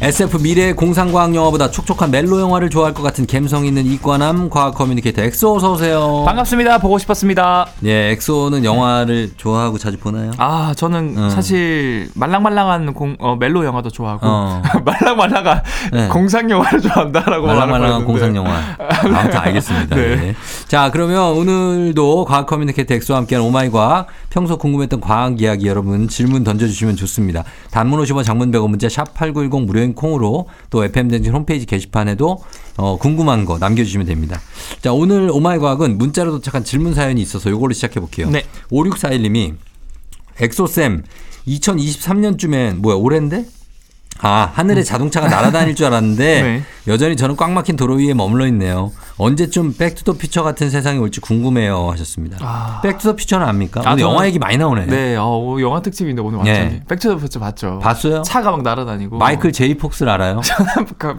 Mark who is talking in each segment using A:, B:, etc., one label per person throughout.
A: SF 미래의 공상과학 영화보다 촉촉한 멜로 영화를 좋아할 것 같은 감성 있는 이과남 과학 커뮤니케이터 엑소 어서 오세요.
B: 반갑습니다. 보고 싶었습니다.
A: 예, 엑소는 영화를 좋아하고 자주 보나요?
B: 아, 저는
A: 음.
B: 사실 말랑말랑한 공, 어, 멜로 영화도 좋아하고
A: 어.
B: 말랑말랑한
A: 네.
B: 공상 영화를 좋아한다라고
A: 말랑말랑한
B: 말랑말랑한
A: 공상 영화. 아무튼 알겠습니다.
B: 네.
A: 예. 자, 그러면 오늘도 과학 커뮤니케이터 엑소와 함께하는 오마이 과학. 평소 궁금했던 과학 이야기 여러분 질문 던져주시면 좋습니다. 단문 50원 장문 100원 문자 샵8910 무료인 콩으로 또 FM댕진 홈페이지 게시판에도 어, 궁금한 거 남겨주시면 됩니다. 자, 오늘 오마이 과학은 문자로 도착한 질문 사연이 있어서 이걸로 시작해볼게요.
B: 네.
A: 5641님이 엑소쌤 2023년쯤엔 뭐야 올해인데? 아 하늘에 자동차가 날아다닐 줄 알았는데
B: 음. 네.
A: 여전히 저는 꽉 막힌 도로 위에 머물러 있네요. 언제쯤 백투더피처 같은 세상이 올지 궁금해요 하셨습니다.
B: 아.
A: 백투더피처는 압니까?
B: 아,
A: 오늘
B: 저는-
A: 영화 얘기 많이 나오네.
B: 네, 어, 오, 영화 특집인데 오늘
A: 예.
B: 완전히 백투더퓨처 봤죠.
A: 봤어요?
B: 차가 막 날아다니고
A: 마이클 제이 폭스를 알아요?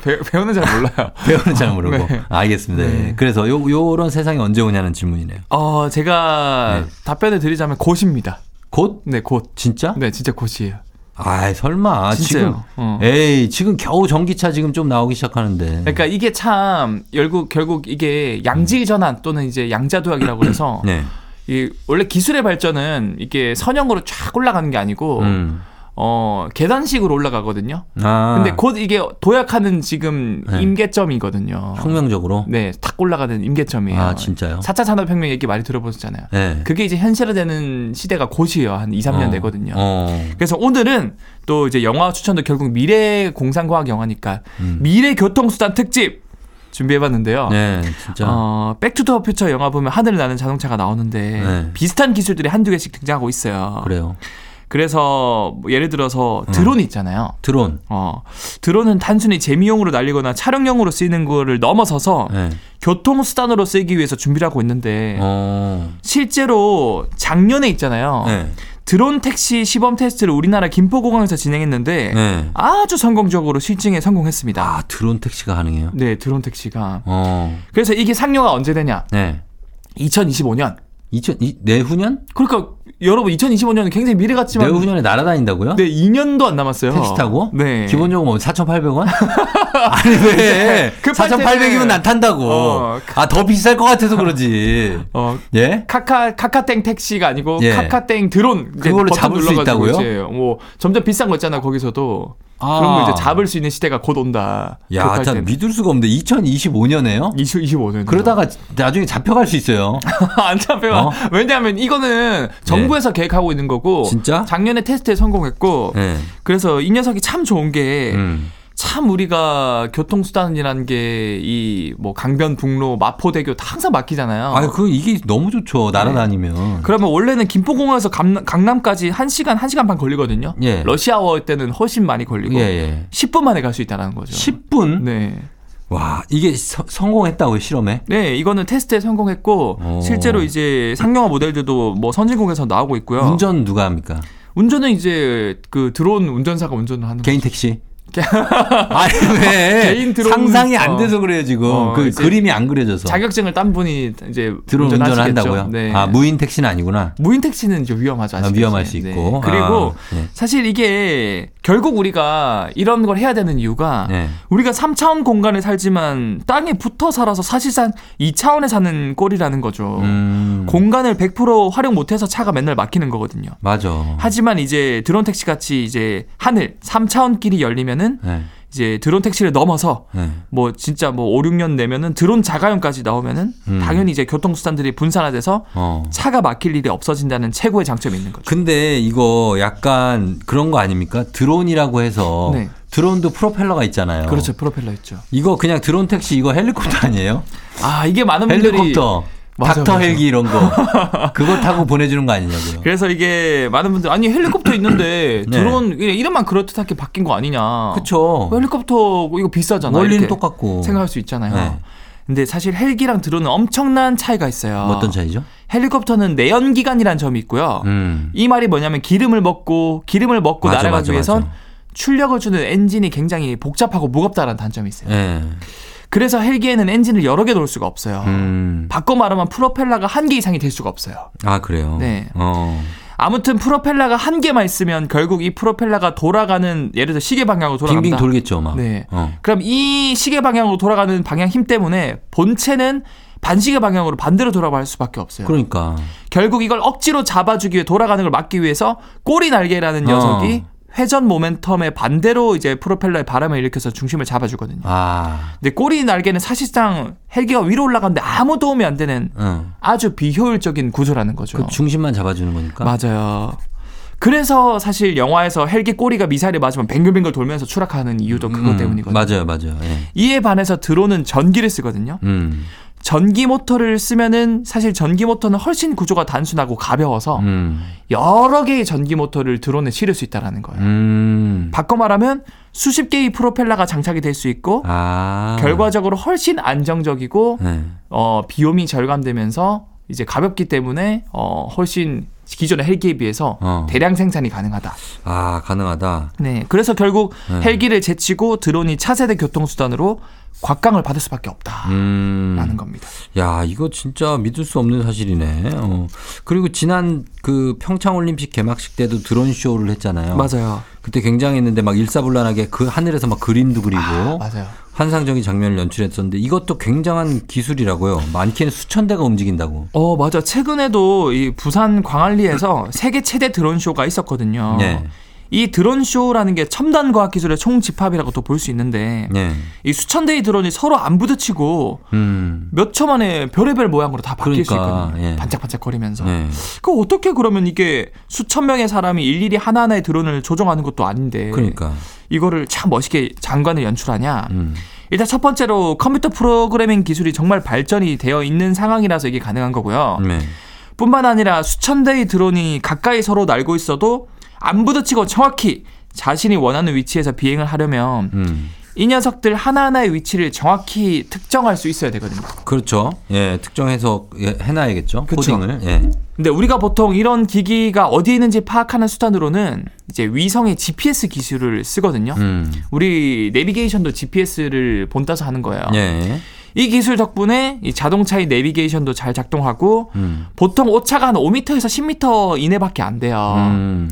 B: 배, 배우는 잘 몰라요.
A: 배우는 잘 모르고.
B: 네.
A: 알겠습니다. 예.
B: 네.
A: 그래서 요 요런 세상이 언제 오냐는 질문이네요.
B: 어, 제가
A: 네.
B: 답변을 드리자면 곧입니다.
A: 곧
B: 네, 곧.
A: 진짜?
B: 네, 진짜 곧이에요.
A: 아 설마
B: 진짜요.
A: 지금 예.
B: 어.
A: 에이 지금 겨우 전기차 지금 좀 나오기 시작하는데.
B: 그러니까 이게 참 결국 결국 이게 양질 전환 또는 이제 양자도약이라고 해서
A: 네.
B: 이 원래 기술의 발전은 이게 선형으로 쫙 올라가는 게 아니고
A: 음.
B: 어 계단식으로 올라가거든요.
A: 아.
B: 근데 곧 이게 도약하는 지금
A: 네.
B: 임계점이거든요.
A: 혁명적으로.
B: 네, 탁 올라가는 임계점이에요.
A: 아 진짜요?
B: 4차 산업혁명 얘기 많이 들어보셨잖아요.
A: 네.
B: 네. 그게 이제 현실화되는 시대가 곧이에요. 한 2, 3년
A: 어.
B: 되거든요.
A: 어.
B: 그래서 오늘은 또 이제 영화 추천도 결국 미래 공상과학 영화니까
A: 음.
B: 미래 교통수단 특집 준비해봤는데요.
A: 네, 진짜.
B: 어, 백투더퓨처 영화 보면 하늘을 나는 자동차가 나오는데
A: 네.
B: 비슷한 기술들이 한두 개씩 등장하고 있어요.
A: 그래요. 음.
B: 그래서 뭐 예를 들어서 드론 있잖아요.
A: 드론.
B: 어, 드론은 단순히 재미용으로 날리거나 촬영용으로 쓰이는 거를 넘어서서 네.
A: 네.
B: 교통수단으로 쓰이기 위해서 준비를 하고 있는데
A: 어.
B: 실제로 작년에 있잖아요.
A: 네.
B: 드론 택시 시범 테스트를 우리나라 김포공항에서 진행했는데
A: 네.
B: 아주 성공적으로 실증에 성공했습니다.
A: 아, 드론 택시가 가능해요?
B: 네, 드론 택시가.
A: 어.
B: 그래서 이게 상용화 언제 되냐?
A: 네.
B: 2025년.
A: 2000, 이, 내후년?
B: 그러니까 여러분 2025년은 굉장히 미래 같지만
A: 내후년에 날아다닌다고요?
B: 네, 2년도 안 남았어요.
A: 네, 택시 타고?
B: 네.
A: 기본요금 뭐 4,800원? 아니, 왜?
B: 급할 때는-
A: 4,800이면 난 탄다고.
B: 어,
A: 아, 더 비쌀 것 같아서 그러지.
B: 어
A: 예?
B: 카카 카카땡 택시가 아니고
A: 예.
B: 카카땡 드론 이제
A: 그걸로
B: 버튼
A: 잡을 수
B: 눌러가지고
A: 있다고요?
B: 이제 뭐 점점 비싼 거 있잖아 거기서도
A: 아.
B: 그런 거 이제 잡을 수 있는 시대가 곧 온다.
A: 야,
B: 급할
A: 참
B: 때는.
A: 믿을 수가 없는데 2025년에요?
B: 2025년
A: 그러다가 나중에 잡혀갈 수 있어요.
B: 안 잡혀요.
A: 어? 예.
B: 왜냐하면 이거는 정부에서 계획하고 있는 거고
A: 진짜?
B: 작년에 테스트에 성공했고
A: 네.
B: 그래서 이 녀석이 참 좋은 게
A: 음.
B: 참 우리가 교통수단이라는 게 이 뭐 강변북로 마포대교 다 항상 막히잖아요.
A: 아니, 그, 이게 너무 좋죠. 날아다니면.
B: 그러면 원래는 김포공항에서 감- 강남까지 1시간, 1시간 반 걸리거든요.
A: 예.
B: 러시아워 때는 훨씬 많이 걸리고
A: 예, 예.
B: 10분 만에 갈 수 있다는 거죠.
A: 10분?
B: 네.
A: 와, 이게 서- 성공했다고요, 실험에?
B: 네, 이거는 테스트에 성공했고
A: 오.
B: 실제로 이제 상용화 모델들도 뭐 선진국에서 나오고 있고요.
A: 운전 누가 합니까?
B: 운전은 이제 그 드론 운전사가 운전을 하는
A: 개인 택시? 아니, 왜?
B: 개인 드론-
A: 상상이 안
B: 어.
A: 돼서 그래요, 지금.
B: 어,
A: 그
B: 이제
A: 그림이 안 그려져서.
B: 자격증을 딴 분이 이제
A: 드론
B: 운전을
A: 운전을
B: 하시겠죠.
A: 한다고요?
B: 네.
A: 아, 무인 택시는 아니구나.
B: 무인 택시는 이제 위험하죠.
A: 아,
B: 아시겠지?
A: 위험할 수
B: 네.
A: 있고.
B: 그리고
A: 아, 네.
B: 사실 이게 결국 우리가 이런 걸 해야 되는 이유가
A: 네.
B: 우리가 3차원 공간에 살지만 땅에 붙어 살아서 사실상 2차원에 사는 꼴이라는 거죠.
A: 음,
B: 어. 공간을 100% 활용 못해서 차가 맨날 막히는 거거든요.
A: 맞아.
B: 하지만 이제 드론 택시 같이 이제 하늘 3차원 길이 열리면은
A: 네.
B: 이제 드론 택시를 넘어서
A: 네.
B: 뭐 진짜 뭐 5, 6년 내면은 드론 자가용까지 나오면은
A: 음.
B: 당연히 이제 교통수단들이 분산화돼서
A: 어.
B: 차가 막힐 일이 없어진다는 최고의 장점이 있는 거죠.
A: 근데 이거 약간 그런 거 아닙니까? 드론이라고 해서
B: 네.
A: 드론도 프로펠러가 있잖아요.
B: 그렇죠. 프로펠러 있죠.
A: 이거 그냥 드론 택시 이거 헬리콥터 아니에요?
B: 아, 이게 많은 분들이
A: 헬리콥터,
B: 맞아,
A: 닥터
B: 맞아.
A: 헬기 이런 거 그거 타고 보내주는 거 아니냐고요?
B: 그래서 이게 많은 분들 아니 헬리콥터 있는데
A: 네.
B: 드론 그냥 이름만 그럴듯하게 바뀐 거 아니냐.
A: 그쵸.
B: 뭐 헬리콥터 이거 비싸잖아.
A: 원리는
B: 이렇게
A: 똑같고.
B: 생각할 수 있잖아요.
A: 네.
B: 근데 사실 헬기랑 드론은 엄청난 차이가 있어요.
A: 뭐 어떤 차이죠?
B: 헬리콥터는 내연 기관이라는 점이 있고요.
A: 음.
B: 이 말이 뭐냐면 기름을 먹고 기름을 먹고
A: 맞아,
B: 날아가기
A: 맞아,
B: 위해선
A: 맞아.
B: 출력을 주는 엔진이 굉장히 복잡하고 무겁다라는 단점이 있어요.
A: 예.
B: 그래서 헬기에는 엔진을 여러 개 넣을 수가 없어요.
A: 음.
B: 바꿔 말하면 프로펠러가 한 개 이상이 될 수가 없어요.
A: 아 그래요.
B: 네.
A: 어.
B: 아무튼 프로펠러가 한 개만 있으면 결국 이 프로펠러가 돌아가는 예를 들어 시계 방향으로 돌아간다.
A: 빙빙 돌겠죠, 막.
B: 네.
A: 어.
B: 그럼 이 시계 방향으로 돌아가는 방향 힘 때문에 본체는 반시계 방향으로 반대로 돌아갈 수밖에 없어요.
A: 그러니까.
B: 결국 이걸 억지로 잡아주기 위해 돌아가는 걸 막기 위해서 꼬리 날개라는
A: 어.
B: 녀석이 회전 모멘텀의 반대로 이제 프로펠러에 바람을 일으켜서 중심을 잡아주거든요.
A: 아.
B: 근데 꼬리 날개는 사실상 헬기가 위로 올라가는데 아무 도움이 안 되는
A: 응.
B: 아주 비효율적인 구조라는 거죠.
A: 그 중심만 잡아주는 거니까.
B: 맞아요. 그래서 사실 영화에서 헬기 꼬리가 미사일에 맞으면 뱅글뱅글 돌면서 추락하는 이유도 그것
A: 음,
B: 때문이거든요.
A: 맞아요, 맞아요. 예.
B: 이에 반해서 드론은 전기를 쓰거든요.
A: 음.
B: 전기 모터를 쓰면은 사실 전기 모터는 훨씬 구조가 단순하고 가벼워서
A: 음.
B: 여러 개의 전기 모터를 드론에 실을 수 있다라는 거예요.
A: 음.
B: 바꿔 말하면 수십 개의 프로펠러가 장착이 될 수 있고
A: 아.
B: 결과적으로 훨씬 안정적이고
A: 네.
B: 어, 비용이 절감되면서 이제 가볍기 때문에 어, 훨씬 기존의 헬기에 비해서
A: 어.
B: 대량 생산이 가능하다.
A: 아, 가능하다.
B: 네, 그래서 결국
A: 네.
B: 헬기를 제치고 드론이 차세대 교통수단으로 곽강을 받을 수밖에 없다라는
A: 음.
B: 겁니다.
A: 야, 이거 진짜 믿을 수 없는 사실이네. 어. 그리고 지난 그 평창올림픽 개막식 때도 드론 쇼를 했잖아요.
B: 맞아요.
A: 그때 굉장했는데 막 일사불란하게 그 하늘에서 막 그림도 그리고
B: 아, 맞아요.
A: 환상적인 장면을 연출했었는데 이것도 굉장한 기술이라고요. 많게는 수천 대가 움직인다고.
B: 어, 맞아. 최근에도 이 부산 광안리에서 세계 최대 드론 쇼가 있었거든요.
A: 네.
B: 이 드론 쇼라는 게 첨단 과학 기술의 총집합이라고 또 볼 수 있는데
A: 예.
B: 이 수천 대의 드론이 서로 안 부딪히고
A: 음.
B: 몇 초 만에 별의별 모양으로 다 바뀔
A: 그러니까,
B: 수 있거든요.
A: 예.
B: 반짝반짝거리면서.
A: 예.
B: 그 어떻게 그러면 이게 수천 명의 사람이 일일이 하나하나의 드론을 조종하는 것도 아닌데
A: 그러니까.
B: 이거를 참 멋있게 장관을 연출하냐?
A: 음.
B: 일단 첫 번째로 컴퓨터 프로그래밍 기술이 정말 발전이 되어 있는 상황이라서 이게 가능한 거고요.
A: 네.
B: 뿐만 아니라 수천 대의 드론이 가까이 서로 날고 있어도 안 부딪히고 정확히 자신이 원하는 위치에서 비행을 하려면
A: 음.
B: 이 녀석들 하나하나의 위치를 정확히 특정할 수 있어야 되거든요.
A: 그렇죠. 예, 특정해서 예, 해놔야겠죠.
B: 그쵸.
A: 코딩을. 예.
B: 근데 우리가 보통 이런 기기가 어디에 있는지 파악하는 수단으로는 이제 위성의 GPS 기술을 쓰거든요.
A: 음.
B: 우리 내비게이션도 GPS를 본따서 하는 거예요.
A: 예.
B: 이 기술 덕분에 이 자동차의 내비게이션도 잘 작동하고
A: 음.
B: 보통 오차가 한 5m에서 10m 이내밖에 안 돼요.
A: 음.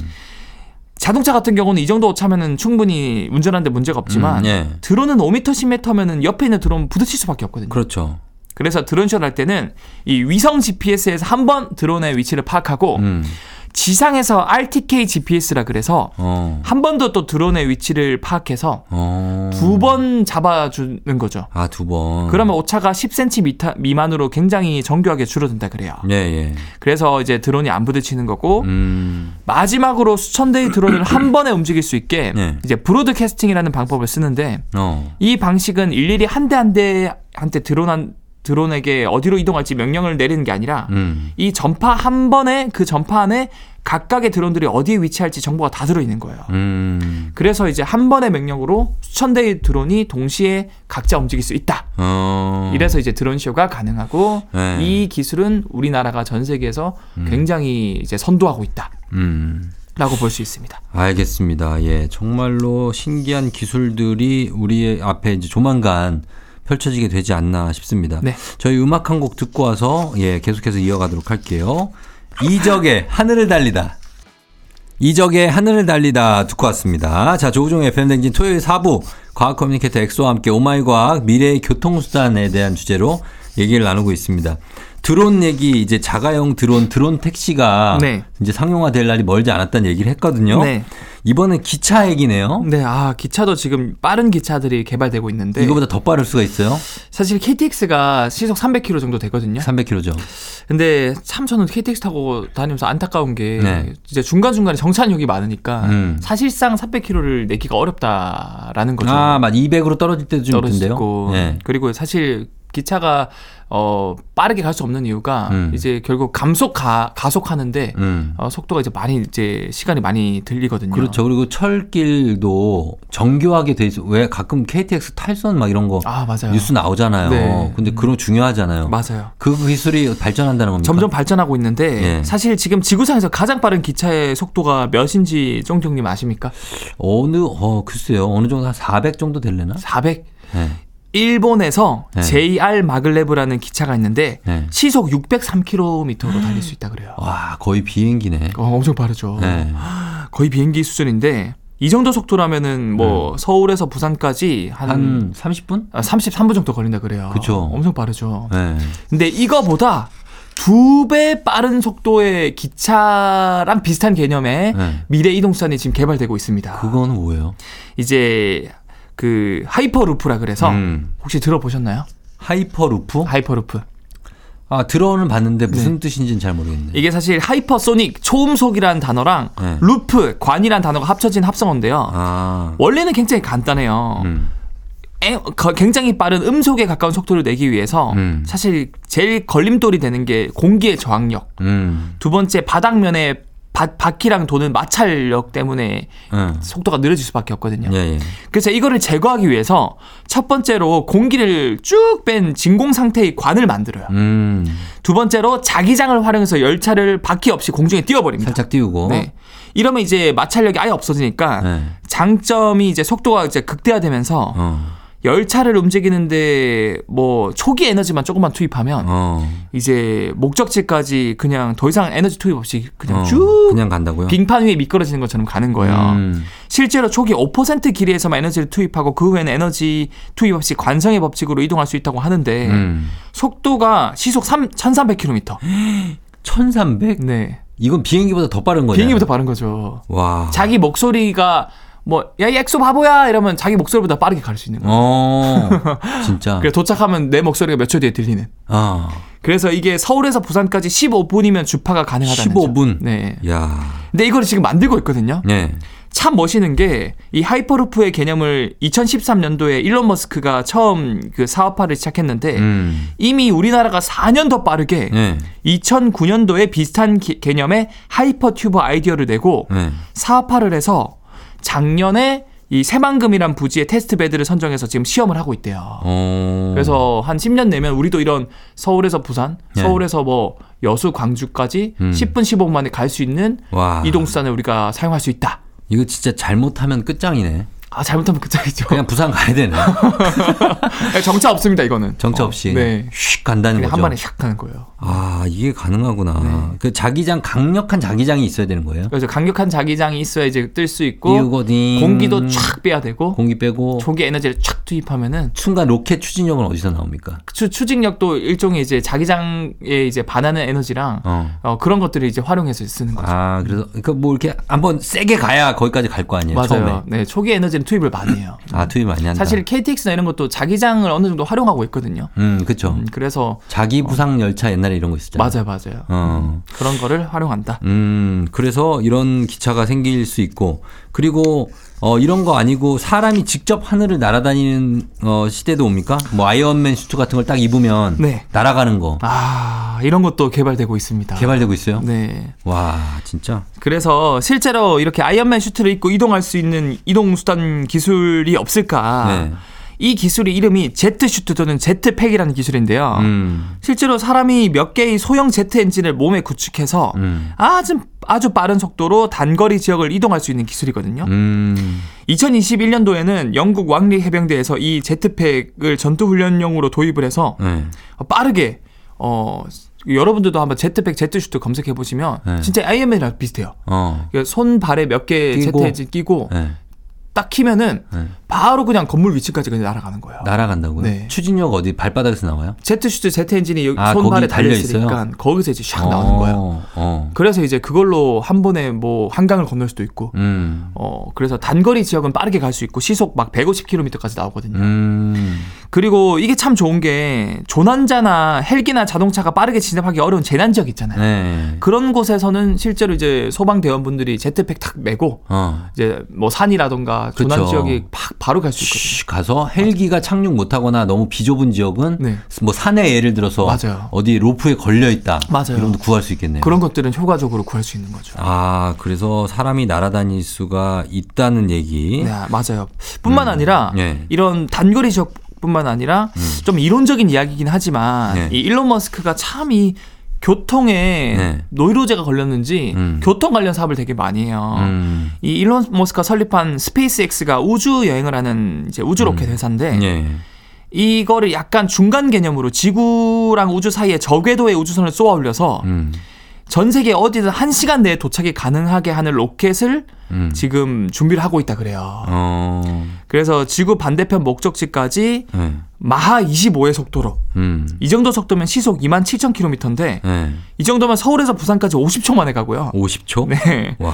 B: 자동차 같은 경우는 이 정도 오차면은 충분히 운전하는데 문제가
A: 음,
B: 없지만
A: 예.
B: 드론은 5m, 10m면은 옆에 있는 드론 부딪힐 수밖에 없거든요.
A: 그렇죠.
B: 그래서 드론쇼를 할 때는 이 위성 GPS에서 한 번 드론의 위치를 파악하고
A: 음.
B: 지상에서 RTK GPS라 그래서
A: 어.
B: 한 번 더 또 드론의 위치를 파악해서
A: 어.
B: 두 번 잡아주는 거죠.
A: 아, 두 번.
B: 그러면 오차가 10cm 미만으로 굉장히 정교하게 줄어든다 그래요.
A: 예, 예.
B: 그래서 이제 드론이 안 부딪히는 거고
A: 음.
B: 마지막으로 수천 대의 드론을 한 번에 움직일 수 있게
A: 네.
B: 이제 브로드캐스팅이라는 방법을 쓰는데
A: 어.
B: 이 방식은 일일이 한 대 한 대 한 대 드론 한 드론에게 어디로 이동할지 명령을 내리는 게 아니라
A: 음.
B: 이 전파 한 번에 그 전파 안에 각각의 드론들이 어디에 위치할지 정보가 다 들어 있는 거예요.
A: 음.
B: 그래서 이제 한 번의 명령으로 수천 대의 드론이 동시에 각자 움직일 수 있다.
A: 어.
B: 이래서 이제 드론 쇼가 가능하고
A: 네.
B: 이 기술은 우리나라가 전 세계에서 굉장히 이제 선도하고 있다라고
A: 음.
B: 볼 수 있습니다.
A: 알겠습니다. 예. 정말로 신기한 기술들이 우리 앞에 이제 조만간 펼쳐지게 되지 않나 싶습니다.
B: 네.
A: 저희 음악 한 곡 듣고 와서 예, 계속해서 이어가도록 할게요. 이적의 하늘을 달리다. 이적의 하늘을 달리다 듣고 왔습니다. 자, 조우종 FM 댕진 토요일 4부 과학 커뮤니케이터 엑소와 함께 오마이 과학 미래의 교통수단에 대한 주제로 얘기를 나누고 있습니다. 드론 얘기 이제 자가용 드론 드론 택시가
B: 네.
A: 이제 상용화될 날이 멀지 않았다는 얘기를 했거든요.
B: 네.
A: 이번엔 기차 얘기네요.
B: 네, 아 기차도 지금 빠른 기차들이 개발되고 있는데
A: 이거보다 더 빠를 수가 있어요.
B: 사실 KTX가 시속 300km 정도 되거든요.
A: 300km죠.
B: 근데 참 저는 KTX 타고 다니면서 안타까운 게
A: 네.
B: 이제 중간 중간에 정차역이 많으니까
A: 음.
B: 사실상 300km를 내기가 어렵다라는 거죠.
A: 아, 맞. 200으로 그렇죠. 떨어질 때도 좀
B: 아, 떨어질 수
A: 있던데요.
B: 있고
A: 네.
B: 그리고 사실 기차가 어 빠르게 갈 수 없는 이유가
A: 음.
B: 이제 결국 감속 가, 가속하는데
A: 음.
B: 어, 속도가 이제 많이 이제 시간이 많이 들리거든요.
A: 그렇죠. 그리고 철길도 정교하게 돼 있어. 왜 가끔 KTX 탈선 막 이런 거
B: 아 맞아요.
A: 뉴스 나오잖아요.
B: 네.
A: 근데 그런 거 중요하잖아요.
B: 맞아요.
A: 그 기술이 발전한다는 겁니까?
B: 점점 발전하고 있는데
A: 그러니까. 예.
B: 사실 지금 지구상에서 가장 빠른 기차의 속도가 몇인지 쫑쫑님 아십니까?
A: 어느 어 글쎄요. 어느 정도 한 400 정도 될려나?
B: 400.
A: 네.
B: 일본에서
A: 네.
B: JR 마글레브라는 기차가 있는데
A: 네.
B: 시속 603km로 달릴 수 있다 그래요.
A: 와, 거의 비행기네.
B: 어, 엄청 빠르죠.
A: 네.
B: 거의 비행기 수준인데 이 정도 속도라면은 뭐 서울에서 부산까지 한,
A: 네. 한 30분?
B: 아, 33분 정도 걸린다 그래요.
A: 그쵸.
B: 엄청 빠르죠.
A: 네.
B: 근데 이거보다 두 배 빠른 속도의 기차랑 비슷한 개념의
A: 네.
B: 미래 이동수단이 지금 개발되고 있습니다.
A: 그거는 뭐예요?
B: 이제 그 하이퍼루프라 그래서
A: 음. 어?
B: 혹시 들어보셨나요?
A: 하이퍼루프?
B: 하이퍼루프.
A: 아, 들어는 봤는데 무슨 뜻인지는 잘 모르겠네.
B: 이게 사실 하이퍼소닉 초음속이라는 단어랑
A: 네.
B: 루프 관이라는 단어가 합쳐진 합성어인데요.
A: 아.
B: 원래는 굉장히 간단해요.
A: 음.
B: 에- 거- 굉장히 빠른 음속에 가까운 속도를 내기 위해서
A: 음.
B: 사실 제일 걸림돌이 되는 게 공기의 저항력.
A: 음.
B: 두 번째 바닥면에 바, 바퀴랑 도는 마찰력 때문에
A: 음.
B: 속도가 느려질 수밖에 없거든요.
A: 예, 예.
B: 그래서 이거를 제거하기 위해서 첫 번째로 공기를 쭉 뺀 진공 상태의 관을 만들어요.
A: 음.
B: 두 번째로 자기장을 활용해서 열차를 바퀴 없이 공중에 띄워버립니다.
A: 살짝 띄우고.
B: 네. 이러면 이제 마찰력이 아예 없어지니까
A: 네.
B: 장점이 이제 속도가 이제 극대화되면서
A: 어.
B: 열차를 움직이는데 뭐 초기 에너지만 조금만 투입하면
A: 어.
B: 이제 목적지까지 그냥 더 이상 에너지 투입 없이 그냥
A: 어,
B: 쭉
A: 그냥 간다고요?
B: 빙판 위에 미끄러지는 것처럼 가는 거예요.
A: 음.
B: 실제로 초기 5% 길이에서만 에너지를 투입하고 그 후에는 에너지 투입 없이 관성의 법칙으로 이동할 수 있다고 하는데
A: 음.
B: 속도가 시속 3, 1,300km.
A: 1300?
B: 네.
A: 이건 비행기보다 더 빠른 거냐?
B: 비행기보다 빠른 거죠.
A: 와.
B: 자기 목소리가 뭐, 야, 이 엑소 바보야! 이러면 자기 목소리보다 빠르게 갈 수 있는 거예요.
A: 어. 진짜.
B: 그래서 도착하면 내 목소리가 몇 초 뒤에 들리는.
A: 아.
B: 그래서 이게 서울에서 부산까지 15분이면 주파가 가능하다는
A: 15분.
B: 점. 네.
A: 야.
B: 근데 이걸 지금 만들고 있거든요.
A: 네.
B: 참 멋있는 게 이 하이퍼루프의 개념을 2013년도에 일론 머스크가 처음 그 사업화를 시작했는데
A: 음.
B: 이미 우리나라가 4년 더 빠르게
A: 네.
B: 2009년도에 비슷한 기- 개념의 하이퍼튜브 아이디어를 내고
A: 네.
B: 사업화를 해서 작년에 이 새만금이란 부지에 테스트 베드를 선정해서 지금 시험을 하고 있대요.
A: 어.
B: 그래서 한 10년 내면 우리도 이런 서울에서 부산,
A: 네.
B: 서울에서 뭐 여수, 광주까지
A: 음. 아.
B: 10분, 15분 만에 갈 수 있는
A: 와.
B: 이동수단을 우리가 사용할 수 있다.
A: 이거 진짜 잘못하면 끝장이네.
B: 아 잘못하면 끝장이죠. 네,
A: 그냥 부산 가야 되네.
B: 정차 없습니다 이거는.
A: 정차
B: 어,
A: 없이
B: 네.
A: 휙 간다는 거죠.
B: 그냥 한 네. 번에 샥 가는 거예요.
A: 아 이게 가능하구나. 그 자기장 강력한 자기장이 있어야 되는 거예요.
B: 그래서 강력한 자기장이 있어야 이제 뜰 수 있고
A: 이거니
B: 공기도 촥 빼야 되고
A: 공기 빼고
B: 조기 에너지를 촥 투입하면은
A: 순간 로켓 추진력은 어디서 나옵니까?
B: 추, 추진력도 일종의 이제 자기장에 이제 반하는 에너지랑
A: 어.
B: 어, 그런 것들을 이제 활용해서 쓰는 거죠.
A: 아 그래서 그 뭐 이렇게 한번 세게 가야 거기까지 갈 거 아니에요. 예,
B: 맞아요.
A: 처음에.
B: 네, 초기 에너지는 투입을 많이 해요.
A: 아 투입 많이 한다.
B: 사실 KTX나 이런 것도 자기장을 어느 정도 활용하고 있거든요.
A: 음 그렇죠.
B: 음, 그래서
A: 자기 부상 열차 옛날에 이런 거 있었잖아요.
B: 맞아요, 맞아요.
A: 어.
B: 그런 거를 활용한다.
A: 음, 그래서 이런 기차가 생길 수 있고, 그리고, 어, 이런 거 아니고 사람이 직접 하늘을 날아다니는, 어, 시대도 옵니까? 뭐, 아이언맨 슈트 같은 걸 딱 입으면,
B: 네.
A: 날아가는 거
B: 아, 이런 것도 개발되고 있습니다.
A: 개발되고 있어요?
B: 네.
A: 와, 진짜.
B: 그래서 실제로 이렇게 아이언맨 슈트를 입고 이동할 수 있는 이동 수단 기술이 없을까?
A: 네.
B: 이 기술의 이름이 제트 슈트 또는 제트팩이라는 기술인데요.
A: 음,
B: 실제로 사람이 몇 개의 소형 제트 엔진을 몸에 구축해서
A: 음,
B: 아주 아주 빠른 속도로 단거리 지역을 이동할 수 있는 기술이거든요.
A: 음.
B: 2021년도에는 영국 왕리 해병대에서 이 제트팩을 전투 훈련용으로 도입을 해서
A: 네.
B: 빠르게 어 여러분들도 한번 제트팩 제트슈트 검색해 보시면
A: 네.
B: 진짜 아이언맨이랑 비슷해요.
A: 어.
B: 그러니까 손 발에 몇 개
A: 끼고.
B: 제트헤지 끼고
A: 네.
B: 딱 키면은
A: 네.
B: 바로 그냥 건물 위치까지 그냥 날아가는 거예요.
A: 날아간다고요?
B: 네.
A: 추진력 어디 발바닥에서 나와요?
B: 제트슈트 제트엔진이 여기
A: 아,
B: 손
A: 거기
B: 발에
A: 달려
B: 달려
A: 있어요?
B: 있으니까 거기서 이제 샥 나오는 거예요.
A: 어.
B: 그래서 이제 그걸로 한 번에 뭐 한강을 건널 수도 있고
A: 음,
B: 어 그래서 단거리 지역은 빠르게 갈 수 있고 시속 막 150km까지 나오거든요.
A: 음.
B: 그리고 이게 참 좋은 게 조난자나 헬기나 자동차가 빠르게 진입하기 어려운 재난 지역 있잖아요.
A: 네.
B: 그런 곳에서는 실제로 이제 소방 대원분들이 제트팩 탁 메고
A: 어.
B: 이제 뭐 산이라던가
A: 그쵸.
B: 조난 지역이 팍 바로 갈 수 있거든요.
A: 쉬, 가서 헬기가 착륙 못하거나 너무 비좁은 지역은
B: 네.
A: 뭐 산에 예를 들어서
B: 맞아요.
A: 어디 로프에 걸려 있다.
B: 맞아요.
A: 이런 데 구할 수 있겠네요.
B: 그런 것들은 효과적으로 구할 수 있는 거죠.
A: 아 그래서 사람이 날아다닐 수가 있다는 얘기.
B: 네, 맞아요. 뿐만 아니라
A: 예. 음.
B: 이런 단거리 지역 뿐만 아니라 좀 이론적인 이야기긴 하지만
A: 네.
B: 이 일론 머스크가 참 이 교통에
A: 네.
B: 노이로제가 걸렸는지
A: 음.
B: 교통 관련 사업을 되게 많이 해요.
A: 음.
B: 이 일론 머스크가 설립한 스페이스X가 우주 여행을 하는 이제 우주 로켓 회사인데
A: 음. 예.
B: 이거를 약간 중간 개념으로 지구랑 우주 사이에 저궤도의 우주선을 쏘아 올려서
A: 음.
B: 전 세계 어디든 한 시간 내에 도착이 가능하게 하는 로켓을
A: 음.
B: 지금 준비를 하고 있다 그래요.
A: 어.
B: 그래서 지구 반대편 목적지까지
A: 예.
B: 마하 25의 속도로
A: 음.
B: 이 정도 속도면 시속 2만 7천 킬로미터인데
A: 예.
B: 이 정도면 서울에서 부산까지 50초 만에 가고요.
A: 50초.
B: 네.
A: 와.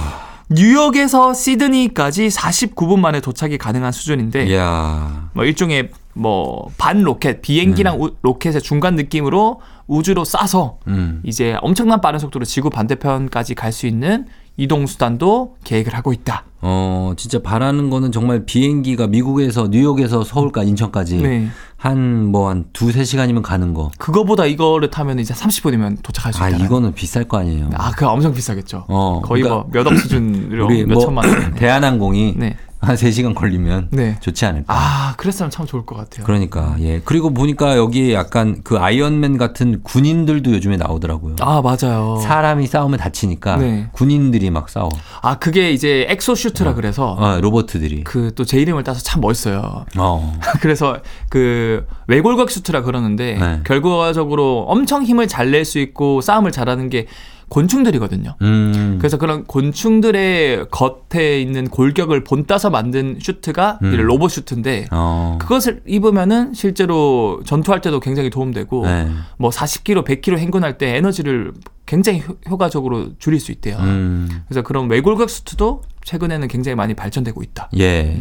B: 뉴욕에서 시드니까지 49분 만에 도착이 가능한
A: 예.
B: 수준인데
A: 야.
B: 뭐 일종의 뭐 반 로켓 비행기랑
A: 네.
B: 우- 로켓의 중간 느낌으로 우주로 싸서
A: 음.
B: 이제 엄청난 빠른 속도로 지구 반대편까지 갈 수 있는 이동 수단도 계획을 하고 있다.
A: 어, 진짜 바라는 거는 정말 비행기가 미국에서 뉴욕에서 서울까 인천까지
B: 네.
A: 한 뭐 한 두세 시간이면 가는 거.
B: 그거보다 이거를 타면 이제 30분이면 도착할 수
A: 아,
B: 있다.
A: 이거는 비쌀 거 아니에요.
B: 아, 그거 엄청 비싸겠죠.
A: 어,
B: 거의
A: 그러니까
B: 뭐 몇억 수준으로
A: 우리
B: 몇
A: 뭐
B: 천만 원.
A: 대한항공이
B: 네.
A: 한 세시간 걸리면
B: 네.
A: 좋지 않을까.
B: 아, 그랬으면 참 좋을 것 같아요.
A: 그러니까 예. 그리고 보니까 여기에 약간 그 아이언맨 같은 군인들도 요즘에 나오더라고요.
B: 아, 맞아요.
A: 사람이 싸우면 다치니까
B: 네.
A: 군인들이 막 싸워.
B: 아, 그게 이제 엑소슈트라 그래서
A: 어, 로버트들이.
B: 그 또 제 이름을 따서 참 멋있어요.
A: 어.
B: 그래서 그 외골격 슈트라 그러는데
A: 네.
B: 결과적으로 엄청 힘을 잘 낼 수 있고 싸움을 잘하는 게 곤충들이거든요.
A: 음.
B: 그래서 그런 곤충들의 겉에 있는 골격을 본따서 만든 슈트가
A: 음.
B: 이제 로봇 슈트인데
A: 어.
B: 그것을 입으면은 실제로 전투할 때도 굉장히 도움되고
A: 네.
B: 뭐 40km, 100km 행군할 때 에너지를 굉장히 효, 효과적으로 줄일 수 있대요.
A: 음.
B: 그래서 그런 외골격 슈트도 최근에는 굉장히 많이 발전되고 있다.
A: 예.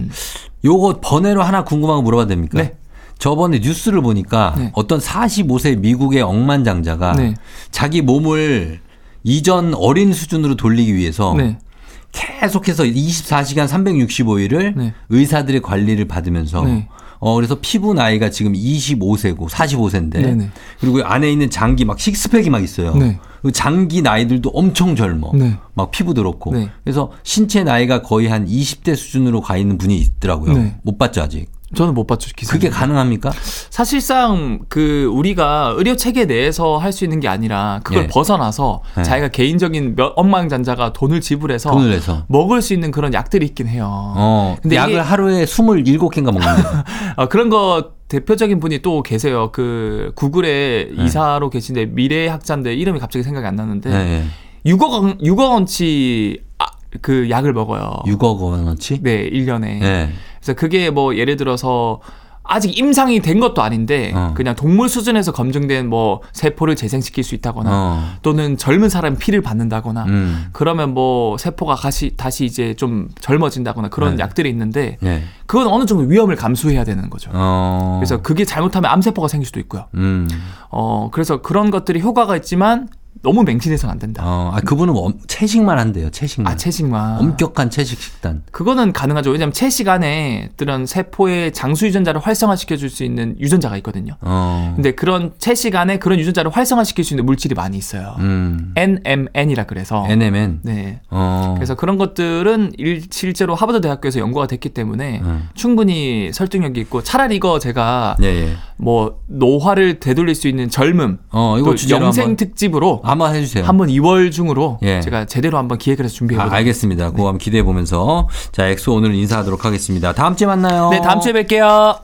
A: 요거 번외로 하나 궁금한 거 물어봐도 됩니까?
B: 음. 네.
A: 저번에 뉴스를 보니까
B: 네.
A: 어떤 45세 미국의 억만장자가
B: 네.
A: 자기 몸을 이전 어린 수준으로 돌리기 위해서
B: 네.
A: 계속해서 24시간 365일을
B: 네.
A: 의사들의 관리를 받으면서
B: 네.
A: 어 그래서 피부 나이가 지금 25세고 45세인데
B: 네네.
A: 그리고 안에 있는 장기 막 식스팩이 막 있어요.
B: 네.
A: 그 장기 나이들도 엄청 젊어.
B: 네.
A: 막 피부도 그렇고.
B: 네.
A: 그래서 신체 나이가 거의 한 20대 수준으로 가 있는 분이 있더라고요.
B: 네.
A: 못 봤죠 아직.
B: 저는 못 봤죠 기사.
A: 그게 가능합니까?
B: 사실상 그 우리가 의료 체계 내에서 할 수 있는 게 아니라 그걸
A: 예. 몇어나서
B: 벗어나서
A: 예. 자기가
B: 자기가 개인적인 억망장자가 돈을 지불해서
A: 돈을 내서.
B: 먹을 수 있는 그런 약들이 있긴 해요.
A: 어.
B: 근데
A: 약을
B: 이게-
A: 하루에 27개인가 먹는다.
B: 아, 그런 거 대표적인 분이 또 계세요. 그 구글의
A: 예.
B: 이사로 계신데 미래 학자인데 이름이 갑자기 생각이 안 나는데
A: 네.
B: 6억 원, 6억 원치 아, 그 약을 먹어요.
A: 6억 원어치?
B: 네, 1년에.
A: 네.
B: 그래서 그게 뭐 예를 들어서 아직 임상이 된 것도 아닌데
A: 어.
B: 그냥 동물 수준에서 검증된 뭐 세포를 재생시킬 수 있다거나
A: 어.
B: 또는 젊은 사람 피를 받는다거나
A: 음.
B: 그러면 뭐 세포가 다시 다시 이제 좀 젊어진다거나 그런
A: 네.
B: 약들이 있는데
A: 네.
B: 그건 어느 정도 위험을 감수해야 되는 거죠.
A: 어.
B: 그래서 그게 잘못하면 암세포가 생길 수도 있고요.
A: 음.
B: 어 그래서 그런 것들이 효과가 있지만 너무 맹신해서는 안 된다.
A: 어, 아 그분은 엄- 채식만 한대요. 채식만.
B: 아 채식만.
A: 음. 엄격한 채식 식단.
B: 그거는 가능하죠. 왜냐하면 채식 안에 그런 세포의 장수 유전자를 활성화시켜 줄 수 있는 유전자가 있거든요.
A: 어.
B: 근데 그런 채식 안에 그런 유전자를 활성화시킬 수 있는 물질이 많이 있어요.
A: 음.
B: NMN이라 그래서.
A: NMN.
B: 네.
A: 어.
B: 그래서 그런 것들은 일, 실제로 하버드 대학교에서 연구가 됐기 때문에
A: 음.
B: 충분히 설득력이 있고 차라리 이거 제가
A: 예, 예.
B: 뭐 노화를 되돌릴 수 있는 젊음
A: 어,
B: 또
A: 이거 주제로
B: 영생
A: 한번
B: 특집으로
A: 아마 해 주세요.
B: 한번 2월 중으로
A: 예.
B: 제가 제대로 한번 기획을 해서 준비해
A: 아,
B: 보도록
A: 알겠습니다.
B: 네.
A: 그거 한번 기대해 보면서 자, 엑소 오늘 인사하도록 하겠습니다. 다음 주에 만나요.
B: 네, 다음 주에 뵐게요.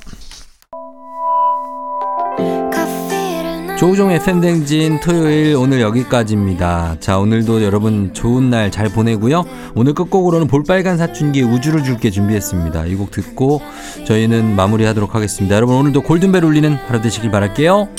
A: 조우종 FM 댕진 토요일 오늘 여기까지입니다. 자, 오늘도 여러분 좋은 날 잘 보내고요. 오늘 끝곡으로는 볼빨간 사춘기의 우주를 줄게 준비했습니다. 이 곡 듣고 저희는 마무리하도록 하겠습니다. 여러분 오늘도 골든벨 울리는 하루 되시길 바랄게요.